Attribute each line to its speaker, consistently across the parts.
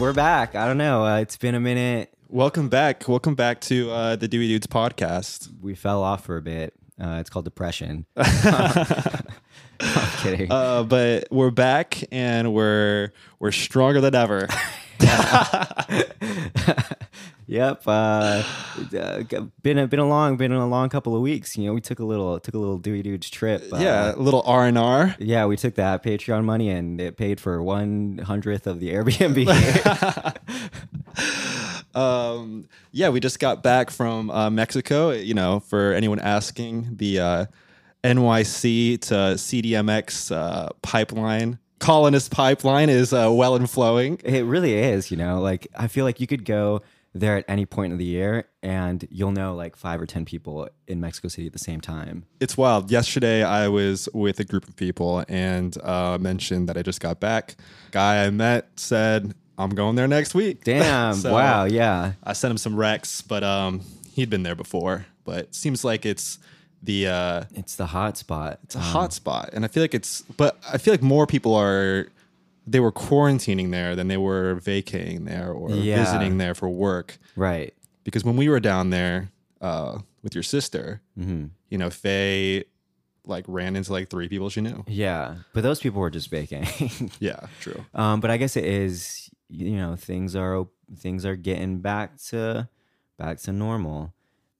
Speaker 1: we're back. I don't know. Uh, it's been a minute.
Speaker 2: Welcome back. Welcome back to uh, the Dewey Dudes podcast.
Speaker 1: We fell off for a bit. Uh, it's called depression. I'm kidding.
Speaker 2: Uh, but we're back and we're we're stronger than ever.
Speaker 1: yep. Uh, uh, been a, been a long been a long couple of weeks. You know, we took a little took a little Dewey Dudes trip. Uh,
Speaker 2: yeah, a little R and R.
Speaker 1: Yeah, we took that Patreon money and it paid for one hundredth of the Airbnb.
Speaker 2: Um, yeah, we just got back from uh, Mexico. You know, for anyone asking, the uh, NYC to CDMX uh, pipeline, colonist pipeline, is uh, well and flowing.
Speaker 1: it really is. You know, like I feel like you could go there at any point of the year and you'll know like five or ten people in Mexico City at the same time.
Speaker 2: It's wild. Yesterday, I was with a group of people and uh, mentioned that I just got back. Guy I met said, "I'm going there next week."
Speaker 1: Damn.
Speaker 2: So-
Speaker 1: wow. Yeah.
Speaker 2: I sent him some recs, but um, he'd been there before. But seems like it's the uh,
Speaker 1: It's the hot spot.
Speaker 2: it's a hot spot, and I feel like it's. But I feel like more people are they were quarantining there than they were vacating there or
Speaker 1: Yeah.
Speaker 2: visiting there for work.
Speaker 1: Right.
Speaker 2: Because when we were down there uh, with your sister,
Speaker 1: Mm-hmm.
Speaker 2: you know, Faye like ran into like three people she knew.
Speaker 1: Yeah. But those people were just baking.
Speaker 2: Yeah, true.
Speaker 1: um, but I guess it is, you know, things are op- things are getting back to back to normal.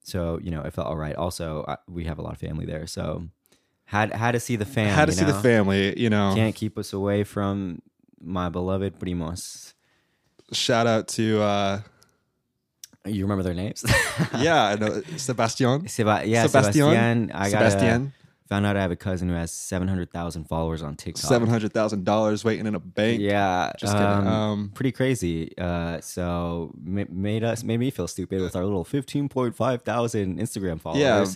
Speaker 1: So, you know, it felt all right. Also, I, we have a lot of family there. So, had had to see the fam.
Speaker 2: How to
Speaker 1: you
Speaker 2: see the
Speaker 1: know?
Speaker 2: family, you know.
Speaker 1: Can't keep us away from my beloved primos.
Speaker 2: Shout out to uh
Speaker 1: You remember their names?
Speaker 2: yeah, I know Sebastian.
Speaker 1: Seba- yeah,
Speaker 2: Sebastian?
Speaker 1: Sebastian. I got
Speaker 2: Sebastian?
Speaker 1: found out I have a cousin who has 700,000 followers on TikTok.
Speaker 2: seven hundred thousand dollars waiting in a bank.
Speaker 1: Yeah,
Speaker 2: Just kidding. Um,
Speaker 1: pretty crazy. Uh, so ma- made us made me feel stupid with our little fifteen point five thousand Instagram followers.
Speaker 2: Yeah.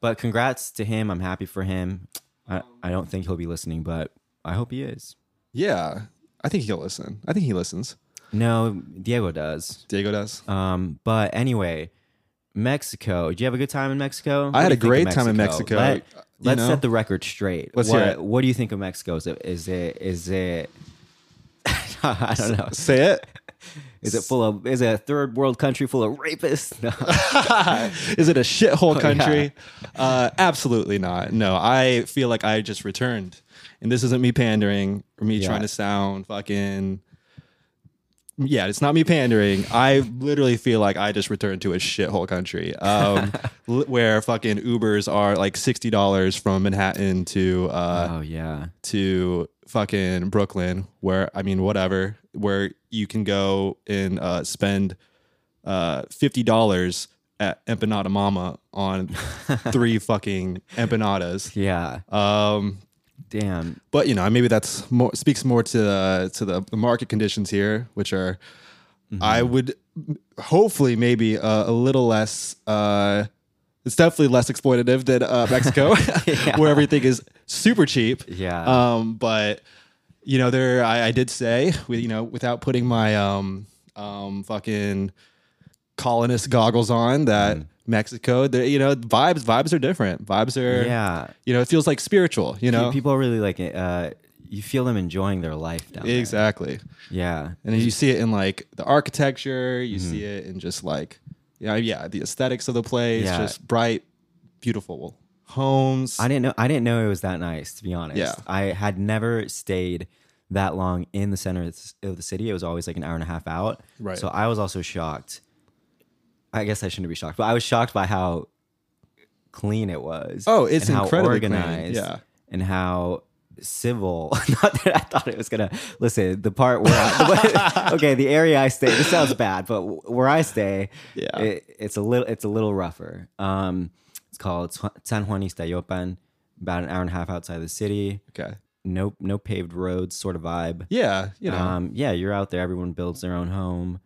Speaker 1: But congrats to him. I'm happy for him. I, I don't think he'll be listening, but I hope he is.
Speaker 2: Yeah. I think he'll listen. I think he listens.
Speaker 1: No, Diego does.
Speaker 2: Diego does.
Speaker 1: Um, but anyway, Mexico. Did you have a good time in Mexico? What
Speaker 2: had
Speaker 1: do you
Speaker 2: a
Speaker 1: think of
Speaker 2: great time in Mexico.
Speaker 1: Let,
Speaker 2: Uh, you
Speaker 1: us
Speaker 2: know?
Speaker 1: set the record straight.
Speaker 2: Let's
Speaker 1: what,
Speaker 2: hear it.
Speaker 1: what do you think of Mexico? Is it is it is it? I don't know.
Speaker 2: Say it.
Speaker 1: Is it full of? Is it a third world country full of rapists? No.
Speaker 2: Is it a shithole
Speaker 1: yeah.
Speaker 2: country? Uh, absolutely not. No, I feel like I just returned. And this isn't me pandering or me
Speaker 1: Yeah.
Speaker 2: trying to sound fucking. Yeah, it's not me pandering. I literally feel like I just returned to a shithole country um, l- where fucking Ubers are like $60 from Manhattan to uh,
Speaker 1: oh yeah,
Speaker 2: to fucking Brooklyn, where I mean, whatever, where you can go and uh, spend uh, fifty dollars at Empanada Mama on three fucking empanadas.
Speaker 1: yeah.
Speaker 2: Um,
Speaker 1: Damn.
Speaker 2: but you know, maybe that's more speaks more to the to the, the market conditions here, which are, I would hopefully maybe uh, a little less. Uh, it's definitely less exploitative than uh, Mexico, where everything is super cheap.
Speaker 1: Yeah.
Speaker 2: Um, but you know, there I, I did say, we, you know, without putting my um, um, fucking colonist goggles on, that
Speaker 1: Mm.
Speaker 2: Mexico, there, you know, vibes vibes are different. Vibes are,
Speaker 1: Yeah.
Speaker 2: You know, it feels like spiritual. You know,
Speaker 1: People are really like. Uh, you feel them enjoying their life down there.
Speaker 2: exactly.
Speaker 1: Yeah.
Speaker 2: And you see it in like the architecture.
Speaker 1: Mm-hmm.
Speaker 2: You see it in just like, yeah, yeah, the aesthetics of the place.
Speaker 1: Yeah.
Speaker 2: Just bright, beautiful homes.
Speaker 1: I didn't know. I didn't know it was that nice. To be honest,
Speaker 2: Yeah.
Speaker 1: I had never stayed that long in the center of the- of the city. It was always like an hour and a half out.
Speaker 2: Right.
Speaker 1: So I was also shocked. I guess I shouldn't be shocked, but I was shocked by how clean it was.
Speaker 2: Oh, it's
Speaker 1: and how
Speaker 2: incredibly clean,
Speaker 1: organized.
Speaker 2: yeah.
Speaker 1: And how civil. Not that I thought it was gonna listen. The part where I, okay, the area I stay. This sounds bad, but where I stay,
Speaker 2: Yeah.
Speaker 1: it, it's a little it's a little rougher. Um, it's called Su- San Juan Iztayopan, about an hour and a half outside the city.
Speaker 2: okay.
Speaker 1: No no paved roads, sort of vibe.
Speaker 2: Yeah, you know,
Speaker 1: Um, yeah, you're out there. Everyone builds their own home,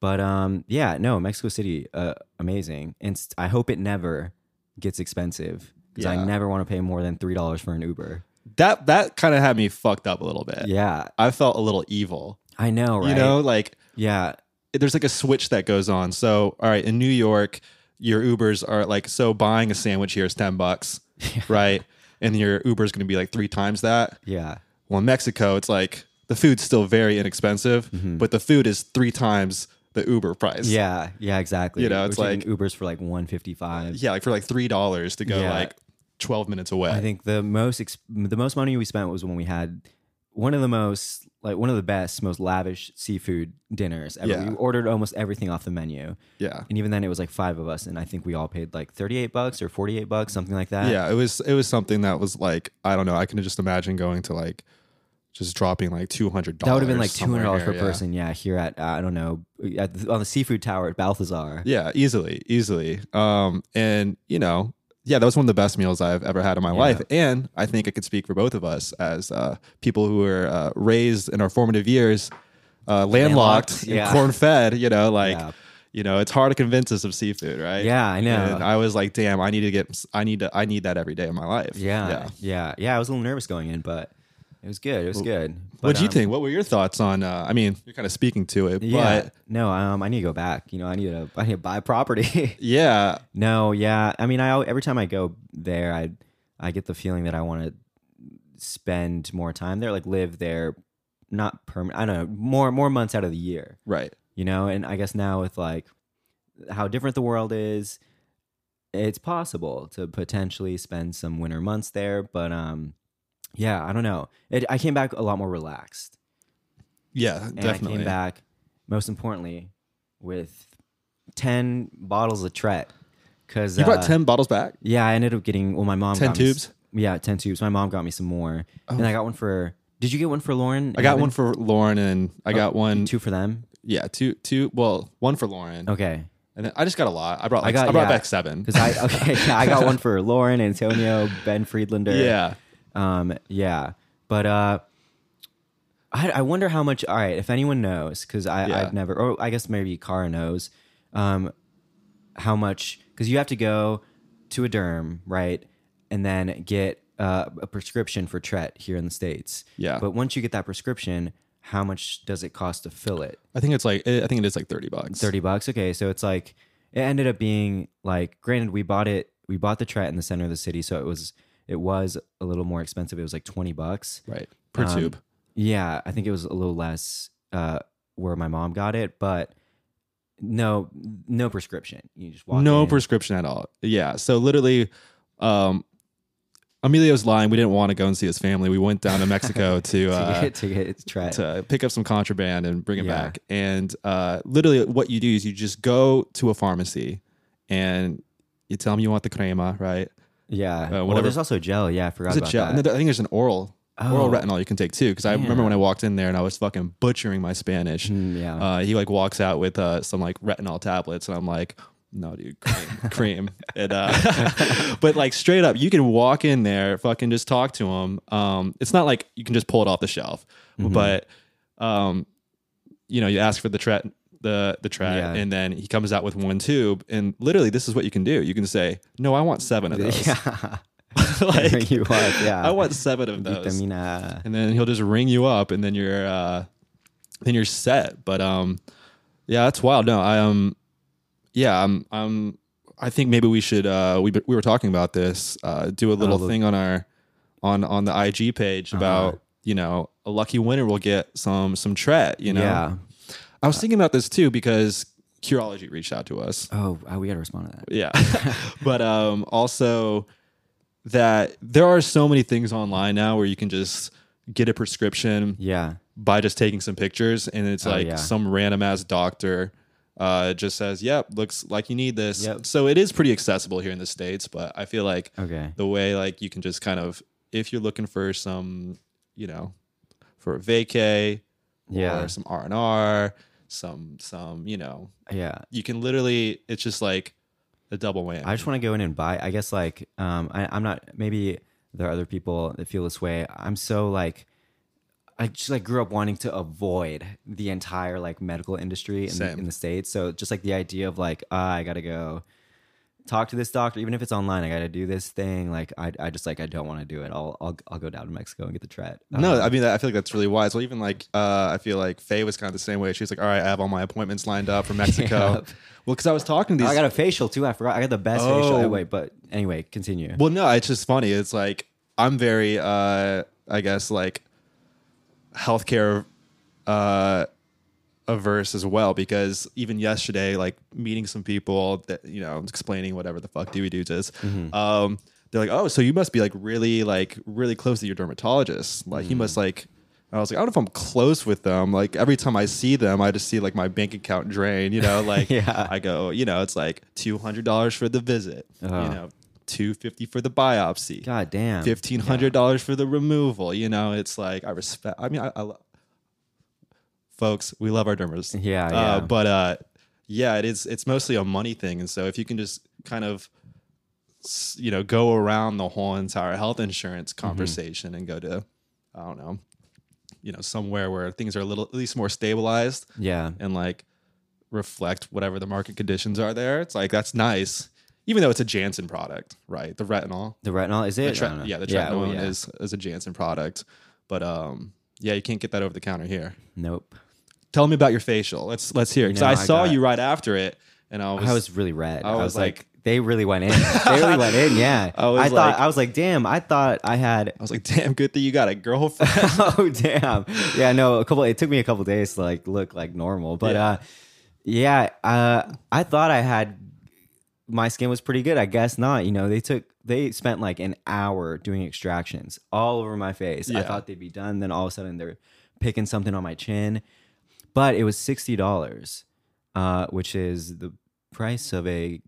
Speaker 1: but um, yeah, no, Mexico City, uh, amazing. And st- I hope it never gets expensive because
Speaker 2: Yeah.
Speaker 1: I never want to pay more than three dollars for an Uber.
Speaker 2: that that kind of had me fucked up a little bit.
Speaker 1: Yeah,
Speaker 2: I felt a little evil.
Speaker 1: I know, right?
Speaker 2: You know, like
Speaker 1: yeah,
Speaker 2: there's like a switch that goes on. So, all right, in New York, your Ubers are like so buying a sandwich here is 10 bucks, right? And your Uber is going to be like three times that.
Speaker 1: yeah,
Speaker 2: Well, in Mexico, it's like the food's still very inexpensive, but the food is three times the Uber price.
Speaker 1: Mm-hmm. Yeah, yeah, exactly.
Speaker 2: You know, it's
Speaker 1: We're taking
Speaker 2: like-
Speaker 1: Ubers for like one fifty five.
Speaker 2: Yeah, like for like three dollars to go
Speaker 1: Yeah.
Speaker 2: like twelve minutes away.
Speaker 1: I think the most exp- the most money we spent was when we had one of the most like one of the best, most lavish seafood dinners ever.
Speaker 2: Yeah.
Speaker 1: We ordered almost everything off the menu,
Speaker 2: yeah.
Speaker 1: and even then, it was like five of us, and I think we all paid like thirty eight bucks or forty eight bucks, something like that.
Speaker 2: Yeah, it was it was something that was like I don't know. I can just imagine going to like just dropping like two hundred dollars.
Speaker 1: That would have been like two
Speaker 2: somewhere
Speaker 1: hundred dollars per
Speaker 2: here, yeah.
Speaker 1: person. Yeah, here at uh, I don't know at the, on the seafood tower at Balthazar.
Speaker 2: Yeah, easily, easily. Um, and you know, yeah, that was one of the best meals I've ever had in my life. And I think I could speak for both of us as uh, people who were uh, raised in our formative years, uh, landlocked,
Speaker 1: Landlocked,
Speaker 2: and
Speaker 1: yeah.
Speaker 2: corn fed. You know, like.
Speaker 1: Yeah.
Speaker 2: You know, it's hard to convince us of seafood, right?
Speaker 1: Yeah, I know.
Speaker 2: And I was like, "Damn, I need to get, I need to, I need that every day of my life."
Speaker 1: Yeah, yeah, yeah, I was a little nervous going in, but it was good. It was good.
Speaker 2: What
Speaker 1: But,
Speaker 2: do you
Speaker 1: um,
Speaker 2: think? What were your thoughts on? Uh, I mean, you're kind of speaking to it,
Speaker 1: Yeah,
Speaker 2: but
Speaker 1: no, um, I need to go back. You know, I need to, I need to buy property.
Speaker 2: yeah,
Speaker 1: No, yeah. I mean, I al- every time I go there, I I get the feeling that I want to spend more time there, like live there, not permanent. I don't know, more more months out of the year,
Speaker 2: right,
Speaker 1: you know. And I guess now with like how different the world is, it's possible to potentially spend some winter months there. But um, yeah, I don't know. It, I came back a lot more relaxed,
Speaker 2: yeah,
Speaker 1: and I
Speaker 2: definitely.
Speaker 1: came back most importantly with ten bottles of Tret. Cause
Speaker 2: you brought
Speaker 1: uh,
Speaker 2: ten bottles back.
Speaker 1: yeah, I ended up getting well. My mom
Speaker 2: 10
Speaker 1: got me s-
Speaker 2: tubes? Oh.
Speaker 1: yeah, ten tubes. My mom got me some more, and I got one for. Did you get one for Lauren?
Speaker 2: I got one for Lauren, and I got one.
Speaker 1: Oh, two for them.
Speaker 2: Yeah, two, two. Well, one for Lauren,
Speaker 1: Okay,
Speaker 2: and then I just got a lot. I brought, like, I,
Speaker 1: got-
Speaker 2: brought
Speaker 1: yeah.
Speaker 2: back seven.
Speaker 1: because I okay, yeah, I got one for Lauren, Antonio, Ben Friedlander.
Speaker 2: yeah,
Speaker 1: um, yeah. But uh, I I wonder how much. All right, if anyone knows, because I
Speaker 2: Yeah.
Speaker 1: I've never, or I guess maybe Cara knows, um, how much because you have to go to a derm right, and then get uh, a prescription for Tret here in the states.
Speaker 2: Yeah.
Speaker 1: But once you get that prescription, how much does it cost to fill it?
Speaker 2: I think it's like, eh, I think it is like thirty bucks.
Speaker 1: 30 bucks. Okay. So it's like, it ended up being like, granted, we bought it, we bought the Tret in the center of the city. So it was, it was a little more expensive. It was like 20 bucks.
Speaker 2: right per
Speaker 1: Um,
Speaker 2: tube.
Speaker 1: Yeah. I think it was a little less uh, where my mom got it, but no, no prescription. You just walk
Speaker 2: No
Speaker 1: in.
Speaker 2: prescription at all. Yeah, so literally, um, Emilio's lying. We didn't want to go and see his family. We went down to Mexico to.
Speaker 1: to
Speaker 2: Uh,
Speaker 1: get, to get Tret.
Speaker 2: to uh, pick up some contraband and bring it
Speaker 1: Yeah.
Speaker 2: back. And uh, literally, what you do is you just go to a pharmacy and you tell them you want the crema, right?
Speaker 1: yeah. well,
Speaker 2: whatever-
Speaker 1: there's also gel. Yeah. I forgot
Speaker 2: There's a
Speaker 1: about
Speaker 2: gel.
Speaker 1: that.
Speaker 2: and I think there's an oral,
Speaker 1: Oh.
Speaker 2: oral retinol you can take too. Because I remember when I walked in there and I was fucking butchering my Spanish.
Speaker 1: Mm, yeah.
Speaker 2: Uh, he like walks out with uh, some like retinol tablets, and I'm like. No, dude, cream. cream. And, uh, but like straight up, you can walk in there, fucking just talk to him. Um, it's not like you can just pull it off the shelf,
Speaker 1: Mm-hmm.
Speaker 2: but um, you know, you ask for the tret, the the tret,
Speaker 1: Yeah.
Speaker 2: and then he comes out with one tube. And literally, this is what you can do. You can say, "No, I want seven of those.
Speaker 1: yeah.
Speaker 2: like,
Speaker 1: you want, yeah.
Speaker 2: I want seven of those."
Speaker 1: Vitamina.
Speaker 2: And then he'll just ring you up, and then you're uh, then you're set. But um, yeah, that's wild. No, I um, yeah, I'm I'm. I think maybe we should. Uh, we we were talking about this. Uh, do a little
Speaker 1: Oh, the-
Speaker 2: thing on our on on the IG page about you know a lucky winner will get some some tret. You know,
Speaker 1: Yeah.
Speaker 2: I was thinking about this too because Curology reached out to us.
Speaker 1: Oh, oh, we got to respond to that.
Speaker 2: Yeah. but um also that there are so many things online now where you can just get a prescription
Speaker 1: Yeah.
Speaker 2: by just taking some pictures and it's like
Speaker 1: Oh, yeah.
Speaker 2: some random ass doctor uh just says, "Yep, looks like you need this."
Speaker 1: Yep.
Speaker 2: So it is pretty accessible here in the states, but I feel like
Speaker 1: Okay.
Speaker 2: the way like you can just kind of if you're looking for some, you know, for a vacay
Speaker 1: Yeah.
Speaker 2: or some R&R, some some, you know,
Speaker 1: Yeah.
Speaker 2: you can literally it's just like a double whammy.
Speaker 1: I just want to go in and buy. I guess like um, I, I'm not. Maybe there are other people that feel this way. I'm so like, I just like grew up wanting to avoid the entire like medical industry in, the,
Speaker 2: Same.
Speaker 1: in the states. So just like the idea of like ah, I gotta go talk to this doctor, even if it's online. I gotta do this thing. Like I, I just like I don't want to do it. I'll, I'll I'll go down to Mexico and get the tret. Um,
Speaker 2: no, I mean I feel like that's really wise. Well, even like uh, I feel like Faye was kind of the same way. She was like, "All right, I have all my appointments lined up for Mexico."
Speaker 1: Yep.
Speaker 2: Well, because I was talking to these.
Speaker 1: I got a facial too. I forgot. I got the best facial.
Speaker 2: Oh.
Speaker 1: Oh, wait, but anyway, continue.
Speaker 2: well, no, it's just funny. It's like I'm very, uh, I guess, like healthcare uh, averse as well because even yesterday, like meeting some people that you know, explaining whatever the fuck we do is, um, they're like, oh, so you must be like really, like really close to your dermatologist. Like he must like. I was like, I don't know if I'm close with them. Like every time I see them, I just see like my bank account drain. You know, like
Speaker 1: Yeah.
Speaker 2: I go, you know, it's like two hundred dollars for the visit.
Speaker 1: Uh-huh.
Speaker 2: You know, two fifty for the biopsy
Speaker 1: God damn.
Speaker 2: fifteen hundred dollars for the removal. You know, it's like I respect. I mean, I, I lo- folks, we love our dermers.
Speaker 1: Yeah, yeah.
Speaker 2: Uh, but uh, yeah, it is. It's mostly a money thing, and so if you can just kind of, s- you know, go around the whole entire health insurance
Speaker 1: Mm-hmm.
Speaker 2: conversation and go to, I don't know, you know, somewhere where things are a little at least more stabilized
Speaker 1: Yeah.
Speaker 2: and like reflect whatever the market conditions are there. It's like that's nice. Even though it's a Janssen product, right? The retinol
Speaker 1: The retinol is it?
Speaker 2: the tre-
Speaker 1: I don't know.
Speaker 2: yeah, the
Speaker 1: well,
Speaker 2: tretinoin
Speaker 1: yeah.
Speaker 2: is is a Janssen product, but um, yeah, you can't get that over the counter here.
Speaker 1: Nope.
Speaker 2: Tell me about your facial. Let's let's hear because
Speaker 1: No,
Speaker 2: I,
Speaker 1: I
Speaker 2: saw
Speaker 1: got-
Speaker 2: you right after it, and I was,
Speaker 1: I was really red. I
Speaker 2: I
Speaker 1: was,
Speaker 2: was
Speaker 1: like,
Speaker 2: like-
Speaker 1: they really went in. They really went in. Yeah.
Speaker 2: I was
Speaker 1: I thought
Speaker 2: like-
Speaker 1: I was like, damn. I thought I had.
Speaker 2: I was like, damn, good that you got a girlfriend.
Speaker 1: oh damn. Yeah. No. A couple. It took me a couple days to like look like normal, but
Speaker 2: Yeah.
Speaker 1: uh, yeah. Uh, I thought I had. My skin was pretty good. I guess not. You know, they took they spent like an hour doing extractions all over my face. I
Speaker 2: Yeah.
Speaker 1: thought they'd be done. Then all of a sudden they're picking something on my chin, but it was sixty dollars, uh, which is the price of a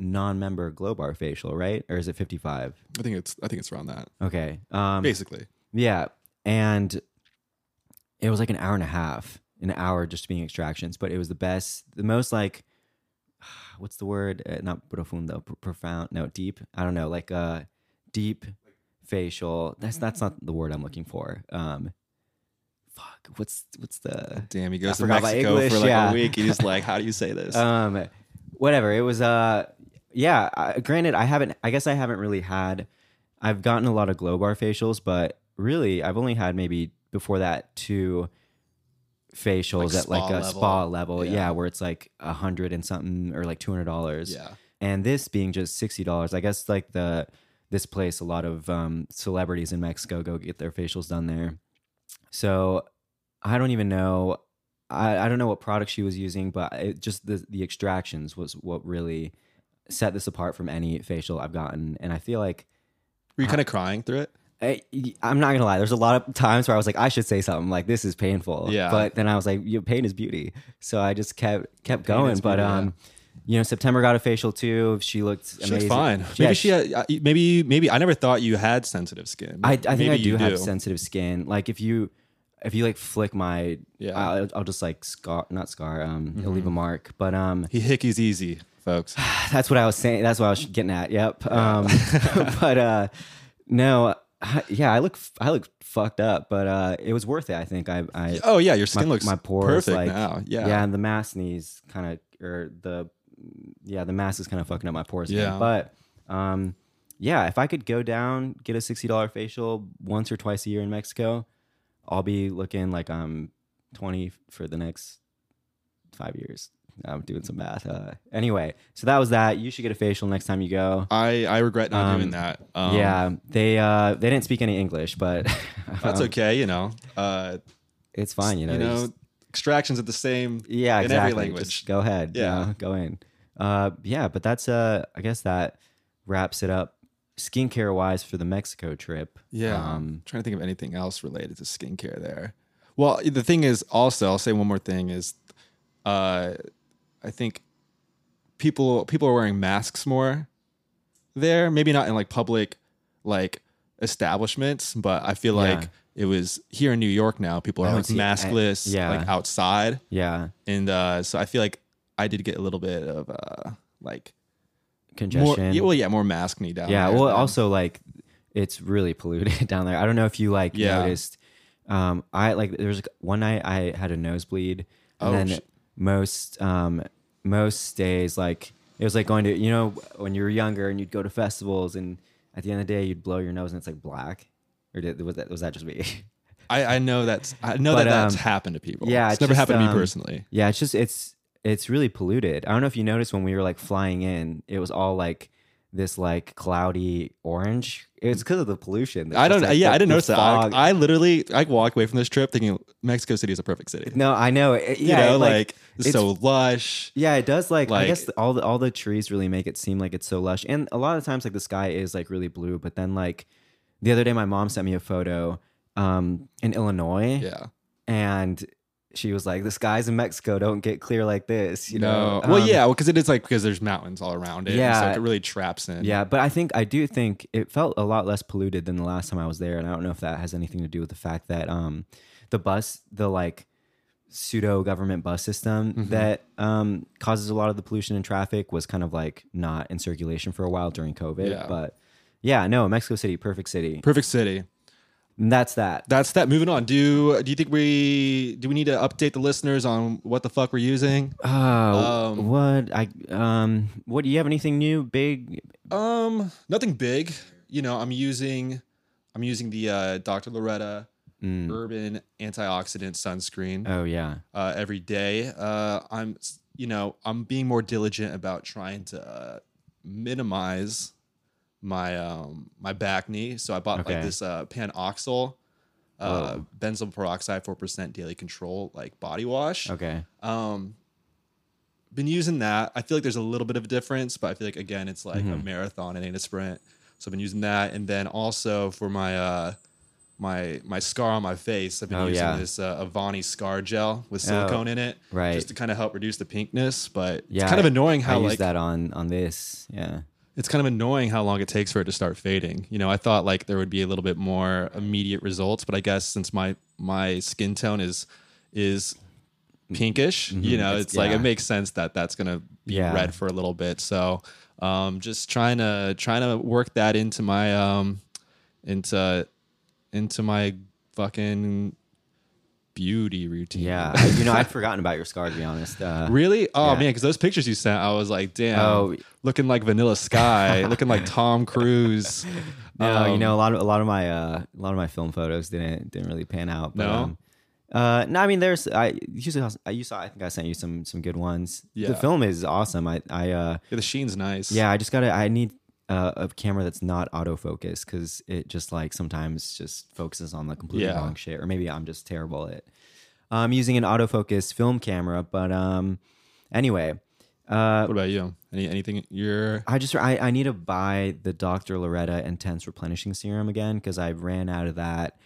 Speaker 1: non-member glow bar facial, right? Or is it fifty-five?
Speaker 2: I think it's I think it's around that
Speaker 1: Okay. Um,
Speaker 2: basically.
Speaker 1: yeah. And it was like an hour and a half, an hour just being extractions, but it was the best, the most like, what's the word? Uh, not profundo, pr- profound, no, deep. I don't know, like uh, deep facial. That's that's not the word I'm looking for. Um, fuck, what's what's the
Speaker 2: Damn, he goes to
Speaker 1: forgot my
Speaker 2: Mexico
Speaker 1: English,
Speaker 2: for like
Speaker 1: yeah.
Speaker 2: a week. He's just like, how do you say this?
Speaker 1: um whatever it was uh yeah I, granted i haven't i guess i haven't really had i've gotten a lot of glow bar facials but really i've only had maybe before that two facials
Speaker 2: Like
Speaker 1: at like
Speaker 2: spa
Speaker 1: a
Speaker 2: level.
Speaker 1: spa level yeah.
Speaker 2: Yeah.
Speaker 1: where it's like a hundred and something or like two hundred dollars
Speaker 2: yeah,
Speaker 1: and this being just sixty dollars i guess like the this place a lot of um celebrities in mexico go get their facials done there so I don't even know. I, I don't know what product she was using, but it just the the extractions was what really set this apart from any facial I've gotten. And I feel like
Speaker 2: were you kind of crying through it?
Speaker 1: I, Eh, I'm not gonna lie. There's a lot of times where I was like, I should say something like this is painful.
Speaker 2: Yeah.
Speaker 1: But then I was like, "Your pain is beauty. So I just kept kept
Speaker 2: Pain
Speaker 1: going.
Speaker 2: is
Speaker 1: But
Speaker 2: beauty, yeah.
Speaker 1: um, you know, September got a facial too. She looked
Speaker 2: She
Speaker 1: amazing.
Speaker 2: looked fine. Maybe
Speaker 1: Yeah,
Speaker 2: she, had, I- maybe maybe I never thought you had sensitive skin.
Speaker 1: I, I think
Speaker 2: maybe
Speaker 1: I
Speaker 2: you
Speaker 1: do have sensitive skin. Like if you if you like flick my
Speaker 2: Yeah. Mm-hmm.
Speaker 1: I'll, I'll just like scar not scar um it'll leave a mark. But um
Speaker 2: He hickeys easy, folks.
Speaker 1: that's what I was saying. That's what I was getting at. Yep. Um, but uh, no, I, yeah, I look I look fucked up, but uh, it was worth it. I think I I
Speaker 2: Oh yeah, your skin looks
Speaker 1: my pores
Speaker 2: perfect
Speaker 1: like
Speaker 2: now.
Speaker 1: yeah, and the mask knees kind of or the yeah the mask is kind of fucking up my pores. again.
Speaker 2: Yeah.
Speaker 1: But um, yeah, if I could go down get a sixty dollar facial once or twice a year in Mexico, I'll be looking like I'm twenty for the next five years. I'm doing some math. Uh, anyway, so that was that. You should get a facial next time you go.
Speaker 2: I I regret not
Speaker 1: Um,
Speaker 2: doing that. Um,
Speaker 1: yeah, they uh, they didn't speak any English, but
Speaker 2: that's
Speaker 1: um,
Speaker 2: okay. You know, uh,
Speaker 1: It's fine, you know.
Speaker 2: you
Speaker 1: they
Speaker 2: know,
Speaker 1: just-
Speaker 2: extractions at the same.
Speaker 1: yeah
Speaker 2: in
Speaker 1: exactly
Speaker 2: every language.
Speaker 1: Just go ahead yeah
Speaker 2: Yeah.
Speaker 1: go in uh yeah but that's uh i guess that wraps it up skincare wise for the mexico trip Um,
Speaker 2: I'm trying to think of anything else related to skincare there. Well, the thing is, also, I'll say one more thing is, uh, I think people people are wearing masks more there. Maybe not in like public like establishments, but I feel
Speaker 1: Yeah.
Speaker 2: like it was here in New York now. People
Speaker 1: I
Speaker 2: are
Speaker 1: don't
Speaker 2: like
Speaker 1: see- I-
Speaker 2: maskless,
Speaker 1: yeah.
Speaker 2: like outside.
Speaker 1: yeah
Speaker 2: and uh, so I feel like I did get a little bit of uh, like more,
Speaker 1: congestion
Speaker 2: yeah, well, yeah, more mask me down.
Speaker 1: yeah
Speaker 2: there
Speaker 1: well
Speaker 2: than-
Speaker 1: also like it's really polluted down there i don't know if you like
Speaker 2: Yeah.
Speaker 1: noticed um i like there was like, one night i had a nosebleed and
Speaker 2: Oh,
Speaker 1: then
Speaker 2: sh-
Speaker 1: most um most days like it was like going to you know when you were younger and you'd go to festivals and at the end of the day you'd blow your nose and it's like black or did, was that was that just me
Speaker 2: I, I know that's I know
Speaker 1: But,
Speaker 2: that that's
Speaker 1: um,
Speaker 2: happened to people.
Speaker 1: yeah,
Speaker 2: it's,
Speaker 1: it's
Speaker 2: never
Speaker 1: just,
Speaker 2: happened to
Speaker 1: um,
Speaker 2: me personally.
Speaker 1: Yeah, it's just it's it's really polluted. I don't know if you noticed when we were like flying in, it was all like this like cloudy orange. It's because of the pollution. It's
Speaker 2: I
Speaker 1: just,
Speaker 2: don't.
Speaker 1: like,
Speaker 2: yeah,
Speaker 1: the-
Speaker 2: I didn't
Speaker 1: the
Speaker 2: notice that. I,
Speaker 1: fog.
Speaker 2: I literally I walked away from this trip thinking Mexico City is a perfect city.
Speaker 1: no, I know. It- yeah,
Speaker 2: you know,
Speaker 1: it,
Speaker 2: like,
Speaker 1: it's-
Speaker 2: so lush.
Speaker 1: Yeah, it does. Like, I
Speaker 2: Like-
Speaker 1: guess all the all the trees really make it seem like it's so lush, and a lot of times like the sky is like really blue. But then like the other day, my mom sent me a photo um, in Illinois,
Speaker 2: Yeah.
Speaker 1: and she was like, "The skies in Mexico don't get clear like this," you know.
Speaker 2: well,
Speaker 1: Um,
Speaker 2: yeah, because it is like because there's mountains all around it. Yeah. So
Speaker 1: Yeah.
Speaker 2: like, it really traps in.
Speaker 1: yeah. But I think I do think it felt a lot less polluted than the last time I was there, and I don't know if that has anything to do with the fact that um, the bus, the like pseudo government bus system
Speaker 2: Mhm.
Speaker 1: that um, causes a lot of the pollution and traffic was kind of like not in circulation for a while during COVID.
Speaker 2: Yeah.
Speaker 1: But yeah, no, Mexico City, perfect city.
Speaker 2: Perfect city.
Speaker 1: And that's that.
Speaker 2: That's that. Moving on. Do do you think we do we need to update the listeners on what the fuck we're using?
Speaker 1: Oh,
Speaker 2: Um,
Speaker 1: what I um, what do you have anything new? Big
Speaker 2: Um, nothing big. You know, I'm using I'm using the uh, Dr. Loretta
Speaker 1: Mm.
Speaker 2: Urban Antioxidant Sunscreen
Speaker 1: Oh yeah.
Speaker 2: uh, every day. Uh, I'm s- you know I'm being more diligent about trying to uh, minimize my um my back knee. So I bought like
Speaker 1: Okay.
Speaker 2: this uh, Panoxyl. Uh,
Speaker 1: Whoa.
Speaker 2: benzoyl peroxide 4% daily control like body wash
Speaker 1: Okay.
Speaker 2: Um, been using that. I feel like there's a little bit of a difference, but I feel like again, it's like a
Speaker 1: Mm-hmm.
Speaker 2: marathon. It ain't a sprint. So I've been using that, and then also for my uh, my my scar on my face, I've been
Speaker 1: Oh,
Speaker 2: using
Speaker 1: yeah. Oh,
Speaker 2: this uh, Avani scar gel with silicone in it,
Speaker 1: right.
Speaker 2: Just to kind of help reduce the pinkness. But
Speaker 1: Yeah.
Speaker 2: it's kind of annoying
Speaker 1: I
Speaker 2: how
Speaker 1: used
Speaker 2: like
Speaker 1: that on on this. Yeah.
Speaker 2: it's kind of annoying how long it takes for it to start fading. You know, I thought like there would be a little bit more immediate results, but I guess since my my skin tone is is pinkish, you know,
Speaker 1: Mm-hmm. It's-
Speaker 2: it's, like
Speaker 1: yeah.
Speaker 2: it makes sense that that's gonna be
Speaker 1: Yeah.
Speaker 2: red for a little bit. So, um, just trying to trying to work that into my um into into my fucking beauty routine.
Speaker 1: Yeah, I- you know, I'd forgotten about your scar to be honest. Uh,
Speaker 2: Really? Oh
Speaker 1: Yeah.
Speaker 2: man, because those pictures you sent, I was like, damn,
Speaker 1: Oh.
Speaker 2: looking like Vanilla Sky, looking like Tom Cruise.
Speaker 1: no, uh, you
Speaker 2: Um,
Speaker 1: know, a lot of a lot of my uh, a lot of my film photos didn't didn't really pan out. But,
Speaker 2: No?
Speaker 1: Um, uh, no, I mean, there's I you saw you saw I think I sent you some some good ones.
Speaker 2: Yeah.
Speaker 1: The film is awesome. I I uh,
Speaker 2: yeah, the sheen's nice.
Speaker 1: yeah, I just gotta I need. Uh, a camera that's not autofocus because it just like sometimes just focuses on the completely
Speaker 2: Yeah.
Speaker 1: wrong shit, or maybe I'm just terrible at. I'm using an autofocus film camera, but um, anyway, uh,
Speaker 2: What about you? Any anything you're?
Speaker 1: I just I, I need to buy the Dr. Loretta Intense Replenishing Serum again because I ran out of that.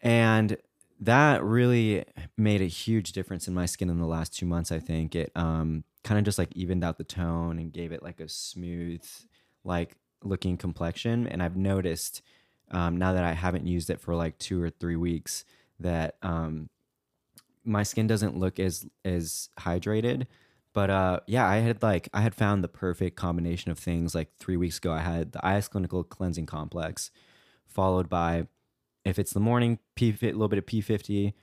Speaker 1: And that really made a huge difference in my skin in the last two months, I think. It um kind of just like evened out the tone and gave it like a smooth, like looking complexion. And I've noticed um, now that I haven't used it for like two or three weeks that um my skin doesn't look as as hydrated but uh yeah i had like i had found the perfect combination of things like three weeks ago i had the is clinical cleansing complex followed by if it's the morning p a little bit of p50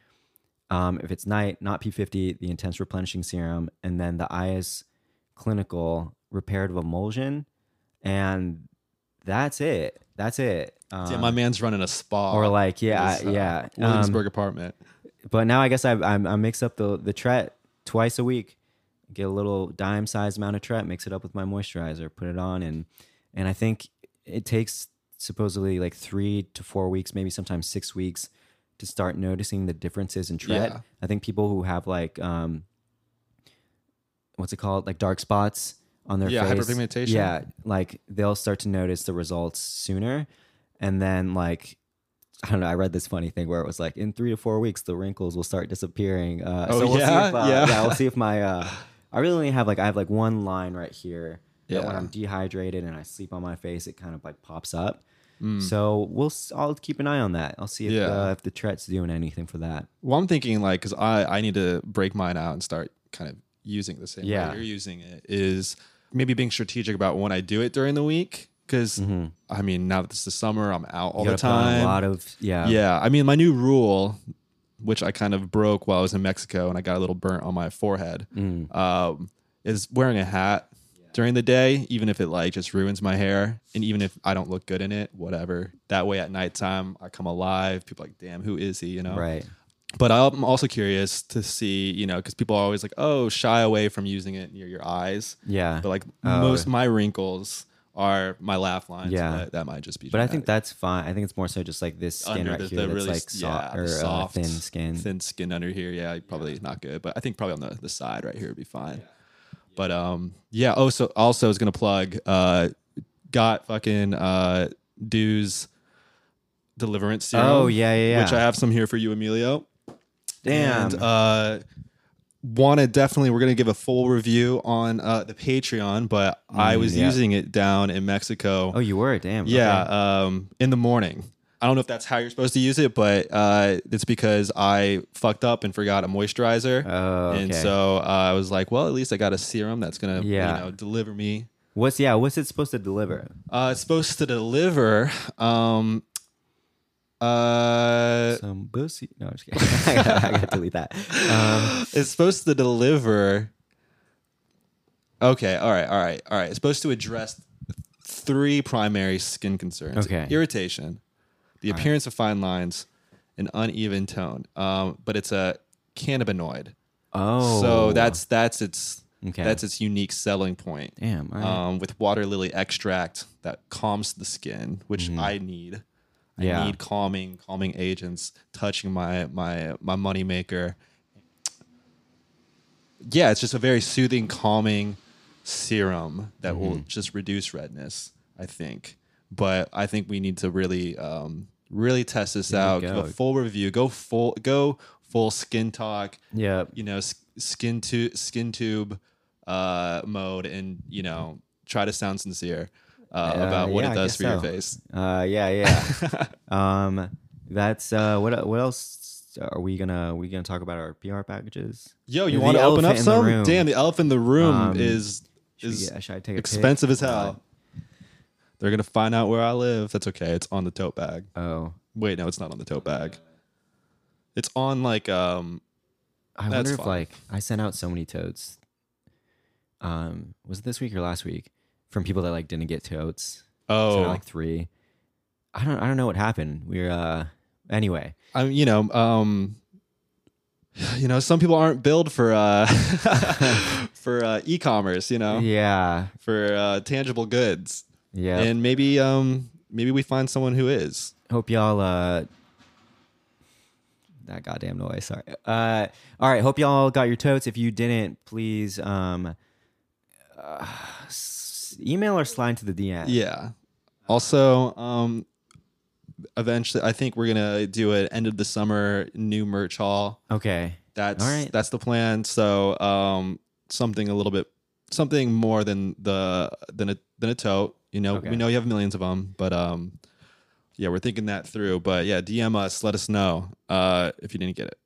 Speaker 1: um if it's night not p50 the intense replenishing serum and then the is clinical reparative emulsion and that's it that's it um,
Speaker 2: yeah, my man's running a spa.
Speaker 1: or like yeah
Speaker 2: His, uh,
Speaker 1: yeah um,
Speaker 2: Williamsburg apartment.
Speaker 1: but now I guess I I, I mix up the the tret twice a week. Get a little dime sized amount of tret, mix it up with my moisturizer, put it on, and and I think it takes supposedly like three to four weeks, maybe sometimes six weeks, to start noticing the differences in tret.
Speaker 2: Yeah.
Speaker 1: I think people who have like um, what's it called, like dark spots on their
Speaker 2: Yeah,
Speaker 1: face,
Speaker 2: hyperpigmentation.
Speaker 1: yeah, like they'll start to notice the results sooner, and then like I don't know. I read this funny thing where it was like, in three to four weeks, the wrinkles will start disappearing. Uh,
Speaker 2: Oh,
Speaker 1: so we'll
Speaker 2: yeah?
Speaker 1: see if, uh,
Speaker 2: Yeah.
Speaker 1: yeah. we'll see if my, uh, I really only have like, I have like one line right here that when
Speaker 2: Yeah.
Speaker 1: I'm dehydrated and I sleep on my face, it kind of like pops up. So we'll, s- I'll keep an eye on that. I'll see if,
Speaker 2: Mm. Yeah.
Speaker 1: uh, if the tret's doing anything for that.
Speaker 2: Well, I'm thinking like because I I need to break mine out and start kind of using the same way
Speaker 1: Yeah.
Speaker 2: you're using it is maybe being strategic about when I do it during the week because I mean now that it's the summer I'm out all
Speaker 1: Mm-hmm. You gotta
Speaker 2: the
Speaker 1: put on
Speaker 2: time.
Speaker 1: A lot of, yeah.
Speaker 2: Yeah, I mean, my new rule, which I kind of broke while I was in Mexico and I got a little burnt on my forehead,
Speaker 1: Mm.
Speaker 2: um, is wearing a hat during the day, even if it like just ruins my hair, and even if I don't look good in it, whatever. That way, at nighttime, I come alive. People are like, damn, who is he? You know,
Speaker 1: Right.
Speaker 2: but I'm also curious to see, you know, because people are always like, oh, shy away from using it near your eyes.
Speaker 1: Yeah.
Speaker 2: But like
Speaker 1: Oh.
Speaker 2: most of my wrinkles are my laugh lines.
Speaker 1: Yeah.
Speaker 2: Yeah, that, that might just be.
Speaker 1: But I think
Speaker 2: genetic.
Speaker 1: that's fine. I think it's more so just like this skin
Speaker 2: uh, Under
Speaker 1: right
Speaker 2: the-
Speaker 1: here
Speaker 2: the
Speaker 1: that's
Speaker 2: really
Speaker 1: like
Speaker 2: s-
Speaker 1: so-
Speaker 2: yeah, the
Speaker 1: or, uh,
Speaker 2: soft
Speaker 1: thin skin.
Speaker 2: thin skin under here. Yeah, probably not good. But I think probably on the, the side right here would be fine. But um, yeah. Oh, so also I was gonna plug. Uh, got fucking uh dues deliverance serum.
Speaker 1: Oh yeah, yeah, yeah.
Speaker 2: which I have some here for you, Emilio.
Speaker 1: Damn.
Speaker 2: And uh, want to definitely, we're going to give a full review on uh, the Patreon, but I
Speaker 1: Mm,
Speaker 2: was
Speaker 1: yeah.
Speaker 2: using it down in Mexico.
Speaker 1: oh, you were. Damn.
Speaker 2: yeah,
Speaker 1: okay.
Speaker 2: um, in the morning. I don't know if that's how you're supposed to use it, but uh, it's because I fucked up and forgot a moisturizer.
Speaker 1: Oh, okay.
Speaker 2: And so uh, I was like, well, at least I got a serum that's going to
Speaker 1: Yeah.
Speaker 2: you know, deliver me
Speaker 1: what's yeah? What's it supposed to deliver?
Speaker 2: uh, it's supposed to deliver. Um, uh,
Speaker 1: Some pussy. No, I'm just kidding. I, gotta, I gotta delete that. Um,
Speaker 2: it's supposed to deliver. Okay, all right, all right, all right. It's supposed to address three primary skin concerns:
Speaker 1: Okay.
Speaker 2: irritation, the appearance of fine lines, and uneven tone. Um, but it's a cannabinoid,
Speaker 1: oh,
Speaker 2: so that's that's its
Speaker 1: Okay.
Speaker 2: that's its unique selling point.
Speaker 1: damn. all right.
Speaker 2: um, with water lily extract that calms the skin, which I need. I
Speaker 1: Mm-hmm. Yeah.
Speaker 2: need calming, calming agents touching my my my moneymaker. Yeah, it's just a very soothing, calming serum that will
Speaker 1: Mm-hmm.
Speaker 2: just reduce redness. I think, but I think we need to really, um, really test this out. Give
Speaker 1: go.
Speaker 2: a full review. Go full. Go full skin talk
Speaker 1: yeah.
Speaker 2: you know s- skin to skin tube uh mode and you know try to sound sincere uh, about what
Speaker 1: yeah, I
Speaker 2: it does
Speaker 1: guess
Speaker 2: for your
Speaker 1: so.
Speaker 2: face
Speaker 1: Uh, yeah, yeah. um, that's uh, what what else are we gonna we gonna talk about our PR packages?
Speaker 2: yo you
Speaker 1: The
Speaker 2: want to open up
Speaker 1: elephant in the
Speaker 2: some
Speaker 1: room.
Speaker 2: damn the elephant in the room
Speaker 1: Um,
Speaker 2: is
Speaker 1: Should, we
Speaker 2: is
Speaker 1: get- should I take a pic?
Speaker 2: expensive as
Speaker 1: Uh,
Speaker 2: hell they're gonna find out where i live that's okay it's on the tote bag
Speaker 1: oh,
Speaker 2: wait no it's not on the tote bag it's on like um
Speaker 1: I
Speaker 2: That's
Speaker 1: wonder if
Speaker 2: fine.
Speaker 1: like I sent out so many totes. Um, was it this week or last week? From people that like didn't get totes. So
Speaker 2: oh
Speaker 1: like three. I don't I don't know what happened. We're uh anyway.
Speaker 2: I'm you know um you know some people aren't built for uh for uh e-commerce you know
Speaker 1: Yeah.
Speaker 2: for uh, tangible goods,
Speaker 1: Yeah.
Speaker 2: and maybe um maybe we find someone who is.
Speaker 1: hope y'all uh that goddamn noise, sorry. Uh all right, hope y'all got your totes. If you didn't, please um uh, s- email or slide to the DM.
Speaker 2: Yeah. Also, um, eventually, I think we're gonna do an end of the summer new merch haul.
Speaker 1: Okay.
Speaker 2: That's
Speaker 1: All right.
Speaker 2: that's the plan. So um, something a little bit something more than the than a than a tote. You know,
Speaker 1: Okay.
Speaker 2: we know you have millions of them, but um, yeah, we're thinking that through. But yeah, DM us, let us know uh if you didn't get it.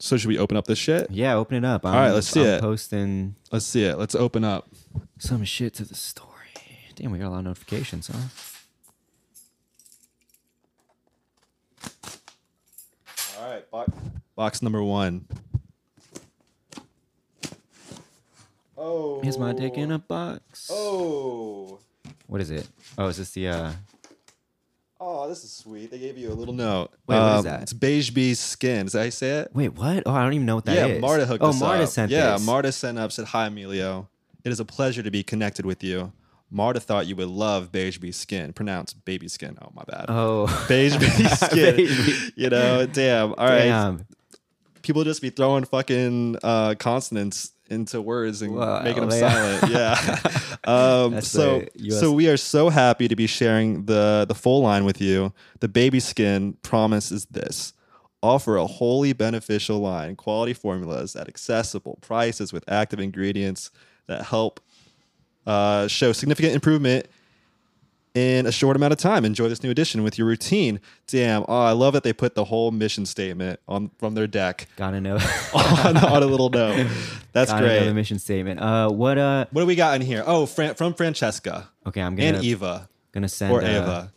Speaker 2: So should we open up this shit?
Speaker 1: Yeah, open it up. I'm,
Speaker 2: right, let's see
Speaker 1: I'm
Speaker 2: it.
Speaker 1: posting
Speaker 2: Let's see it. Let's open up.
Speaker 1: some shit to the story. Damn, we got a lot of notifications, huh?
Speaker 2: All right, box, box number one. Oh,
Speaker 1: Here's my dick in a box.
Speaker 2: Oh,
Speaker 1: What is it? Oh, is this the uh
Speaker 2: oh, this is sweet. They gave you a little note.
Speaker 1: Wait, what is that?
Speaker 2: um, It's Beige Bee's skin. Did I say it?
Speaker 1: Wait, what? Oh, I don't even know what that
Speaker 2: yeah,
Speaker 1: is.
Speaker 2: Marta hooked
Speaker 1: oh,
Speaker 2: us
Speaker 1: Marta
Speaker 2: up.
Speaker 1: sent
Speaker 2: yeah,
Speaker 1: this.
Speaker 2: Marta sent up. Said hi, Emilio. It is a pleasure to be connected with you. Marta thought you would love Beige Bee's skin, pronounced baby skin. Oh my bad.
Speaker 1: Oh,
Speaker 2: Beige Bee's skin.
Speaker 1: Beige Bee.
Speaker 2: You know, damn. All right.
Speaker 1: damn.
Speaker 2: people just be throwing fucking uh, consonants into words and
Speaker 1: Wow,
Speaker 2: making them
Speaker 1: they-
Speaker 2: silent. Yeah. um,
Speaker 1: That's
Speaker 2: so
Speaker 1: the US
Speaker 2: so we are so happy to be sharing the the full line with you. The baby skin promise is this. Offer a wholly beneficial line, quality formulas at accessible prices with active ingredients that help uh, show significant improvement in a short amount of time. Enjoy this new addition with your routine. Damn, oh, I love that they put the whole mission statement on from their deck
Speaker 1: Gotta know.
Speaker 2: on, on a little note. That's
Speaker 1: gotta know the
Speaker 2: great.
Speaker 1: mission statement. Uh, what? Uh,
Speaker 2: What do we got in here? Oh, Fran- from Francesca
Speaker 1: okay, I'm
Speaker 2: and
Speaker 1: gonna
Speaker 2: Eva
Speaker 1: gonna send
Speaker 2: or
Speaker 1: uh,
Speaker 2: Eva.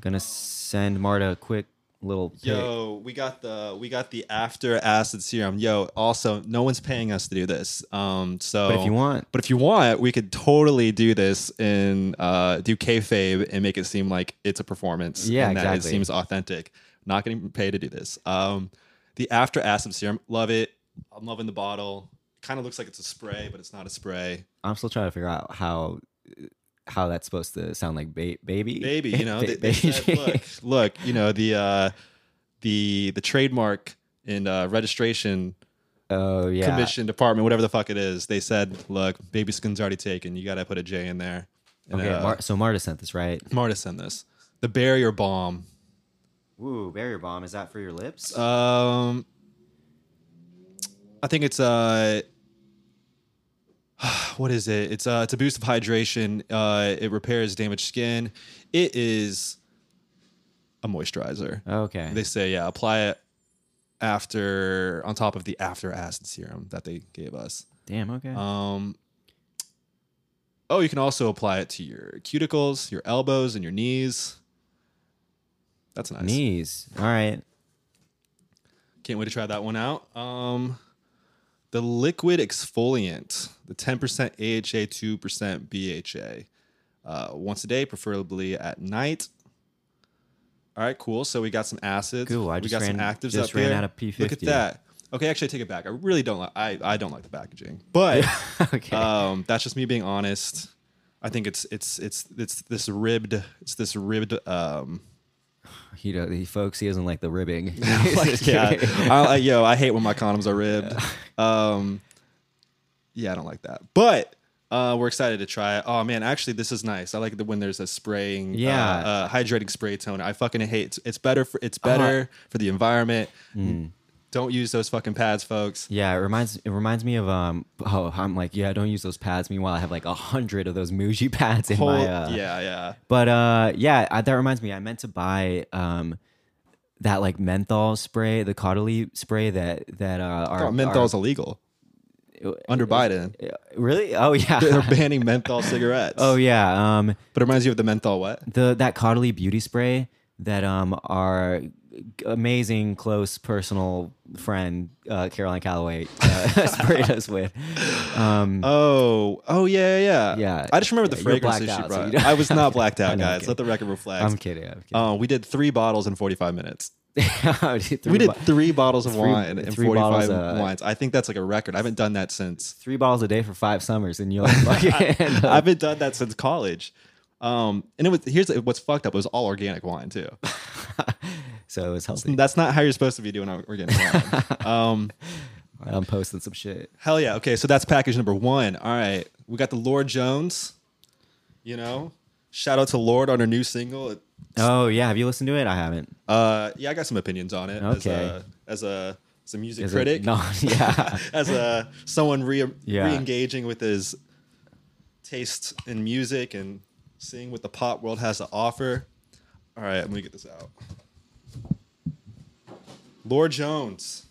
Speaker 1: Gonna send Marta a quick little. pic.
Speaker 2: Yo, we got the we got the after acid serum. Yo, also no one's paying us to do this. Um, so
Speaker 1: But if you want.
Speaker 2: but if you want, we could totally do this and uh, do kayfabe and make it seem like it's a performance.
Speaker 1: Yeah,
Speaker 2: and That
Speaker 1: exactly.
Speaker 2: it seems authentic. Not getting paid to do this. Um, the after acid serum, love it. I'm loving the bottle. Kind of looks like it's a spray, but it's not a spray.
Speaker 1: I'm still trying to figure out how how that's supposed to sound like ba- baby,
Speaker 2: baby you know
Speaker 1: Ba-
Speaker 2: they, they said,
Speaker 1: baby.
Speaker 2: look look you know the uh the the trademark and uh registration
Speaker 1: oh yeah,
Speaker 2: commission department whatever the fuck it is they said look baby skin's already taken you gotta put a j in there and,
Speaker 1: Okay,
Speaker 2: uh,
Speaker 1: Mar- so Marta sent this right.
Speaker 2: marta sent this the barrier bomb
Speaker 1: Woo, barrier bomb. Is that for your lips?
Speaker 2: um i think it's uh what is it it's uh it's a boost of hydration uh it repairs damaged skin it is a moisturizer
Speaker 1: okay.
Speaker 2: They say, yeah, apply it after on top of the after acid serum that they gave us.
Speaker 1: Damn. Okay.
Speaker 2: Um, oh, you can also apply it to your cuticles, your elbows, and your knees. That's nice.
Speaker 1: Knees. All right.
Speaker 2: Can't wait to try that one out. Um, the liquid exfoliant, the 10% AHA, 2% BHA, uh, once a day, preferably at night. All right, cool. So we got some acids.
Speaker 1: Cool, I
Speaker 2: we
Speaker 1: just
Speaker 2: got some
Speaker 1: ran-
Speaker 2: actives
Speaker 1: just
Speaker 2: up
Speaker 1: ran
Speaker 2: here.
Speaker 1: out of P50.
Speaker 2: Look at that. Okay, actually, I take it back. I really don't like. I, I don't like the packaging, but
Speaker 1: okay.
Speaker 2: um, that's just me being honest. I think it's it's it's it's this ribbed it's this ribbed um
Speaker 1: he, do- he folks he doesn't like the ribbing.
Speaker 2: like, yeah, I, I- yo, I hate when my condoms are ribbed. Um, yeah, I don't like that. But uh, we're excited to try it. Oh man, actually, this is nice. I like the when there's a spraying, uh,
Speaker 1: Yeah.
Speaker 2: uh, hydrating spray toner. I fucking hate. It's, it's better for it's
Speaker 1: Uh-huh.
Speaker 2: better for the environment.
Speaker 1: Hmm.
Speaker 2: Don't use those fucking pads, folks.
Speaker 1: Yeah, it reminds it reminds me of um oh I'm like yeah don't use those pads. Meanwhile, I have like a hundred of those Muji pads in
Speaker 2: Whole-
Speaker 1: my uh,
Speaker 2: yeah, yeah.
Speaker 1: But uh, yeah, I, that reminds me. I meant to buy um that like menthol spray, the caudally spray that that uh
Speaker 2: I
Speaker 1: our
Speaker 2: thought Oh, menthol's illegal under Biden.
Speaker 1: our- really oh
Speaker 2: They're
Speaker 1: yeah
Speaker 2: banning menthol cigarettes.
Speaker 1: oh yeah um
Speaker 2: but it reminds you of the menthol what?
Speaker 1: the that caudally beauty spray that um our amazing close personal friend uh, Caroline Calloway uh, sprayed us with. Um,
Speaker 2: Oh, oh yeah, yeah,
Speaker 1: Yeah,
Speaker 2: I just remember the
Speaker 1: yeah, you're blacked
Speaker 2: fragrances she
Speaker 1: out, so you
Speaker 2: brought.
Speaker 1: don't-
Speaker 2: I was not blacked
Speaker 1: I
Speaker 2: out,
Speaker 1: know, I'm
Speaker 2: guys. Let the record reflect.
Speaker 1: I'm kidding. I'm kidding.
Speaker 2: Uh, we did three bottles in 45 minutes.
Speaker 1: Three
Speaker 2: we did
Speaker 1: bo-
Speaker 2: three bottles of
Speaker 1: three-
Speaker 2: wine in
Speaker 1: three
Speaker 2: 45
Speaker 1: bottles, uh,
Speaker 2: wines. I think that's like a record. I haven't done that since.
Speaker 1: three bottles a day for five summers, and you'll fucking end
Speaker 2: I
Speaker 1: up-
Speaker 2: haven't done that since college. Um, and it was here's what's fucked up. It was all organic wine too.
Speaker 1: so it was healthy.
Speaker 2: That's not how you're supposed to be doing organic wine. um,
Speaker 1: I'm posting some shit.
Speaker 2: hell yeah. Okay, so that's package number one. All right, we got the Lord Jones. You know, shout out to Lord on her new single.
Speaker 1: Oh yeah, have you listened to it? I haven't.
Speaker 2: Uh, yeah, I got some opinions on it as
Speaker 1: Okay.
Speaker 2: a as a as a music
Speaker 1: Is it-
Speaker 2: critic.
Speaker 1: No. Yeah.
Speaker 2: as a someone re
Speaker 1: Yeah.
Speaker 2: re-engaging with his taste in music and seeing what the pop world has to offer. All right, I'm gonna get this out. Lord Jones.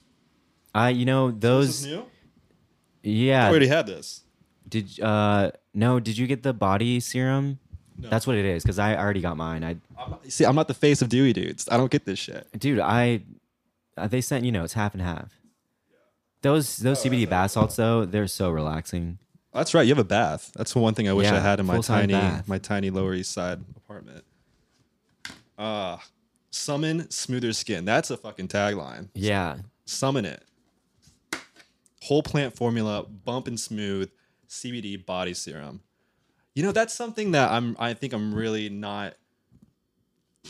Speaker 1: I. You know
Speaker 2: This is
Speaker 1: those.
Speaker 2: new? I
Speaker 1: Yeah.
Speaker 2: already had this.
Speaker 1: Did uh no? Did you get the body serum?
Speaker 2: No.
Speaker 1: That's what it is. Because I already got mine. I
Speaker 2: I'm not, see, I'm not the face of Dewey dudes. I don't get this shit.
Speaker 1: dude i uh, they sent you know it's half and half those
Speaker 2: Oh,
Speaker 1: those cbd bath salts though they're so relaxing
Speaker 2: That's right. You have a bath. That's the one thing I wish I
Speaker 1: Yeah,
Speaker 2: had in my
Speaker 1: full-time
Speaker 2: tiny
Speaker 1: bath.
Speaker 2: my tiny Lower East Side apartment. Ah, summon smoother skin. That's a fucking tagline.
Speaker 1: yeah
Speaker 2: Summon it. Whole plant formula, bump and smooth, CBD body serum. You know, that's something that I'm. I think I'm really not.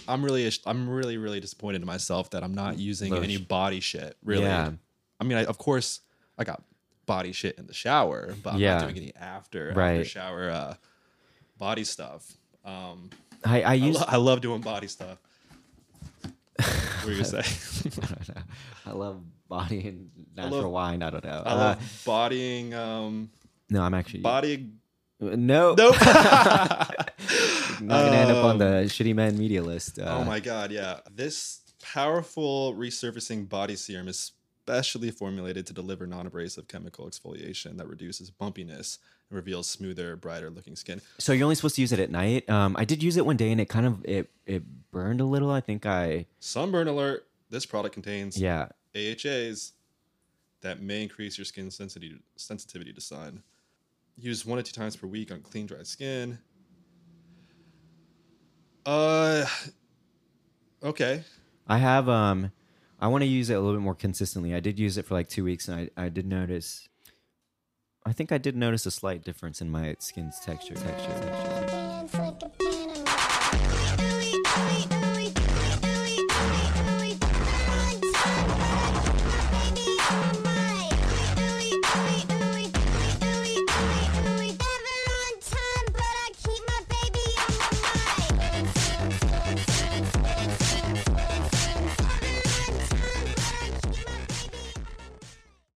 Speaker 2: I'm really. ash- I'm really, really disappointed in myself that I'm not using
Speaker 1: Those-
Speaker 2: any body shit. Really.
Speaker 1: Yeah.
Speaker 2: I mean, I, of course, I got body shit in the shower, but I'm
Speaker 1: Yeah.
Speaker 2: not doing any after after
Speaker 1: Right.
Speaker 2: shower uh, body stuff. Um,
Speaker 1: i i
Speaker 2: I,
Speaker 1: used
Speaker 2: lo- I love doing body stuff. What were you gonna say?
Speaker 1: I, don't know. I love body and
Speaker 2: love-
Speaker 1: natural wine i don't know
Speaker 2: I
Speaker 1: Uh,
Speaker 2: love bodying. Um,
Speaker 1: no i'm actually
Speaker 2: body.
Speaker 1: no
Speaker 2: Nope. Um,
Speaker 1: not gonna end up on the shitty men media list uh,
Speaker 2: oh my god! Yeah, this powerful resurfacing body serum is specially formulated to deliver non-abrasive chemical exfoliation that reduces bumpiness and reveals smoother, brighter looking skin.
Speaker 1: so you're only supposed to use it at night um i did use it one day and it kind of it it burned a little i think i
Speaker 2: Sunburn alert! This product contains
Speaker 1: yeah
Speaker 2: AHAs that may increase your skin sensitivity sensitivity to sun. Use one to two times per week on clean, dry skin. Uh, okay.
Speaker 1: I have um I want to use it a little bit more consistently. I did use it for like two weeks and I, I did notice I think I did notice a slight difference in my skin's texture. Texture. texture.
Speaker 3: like a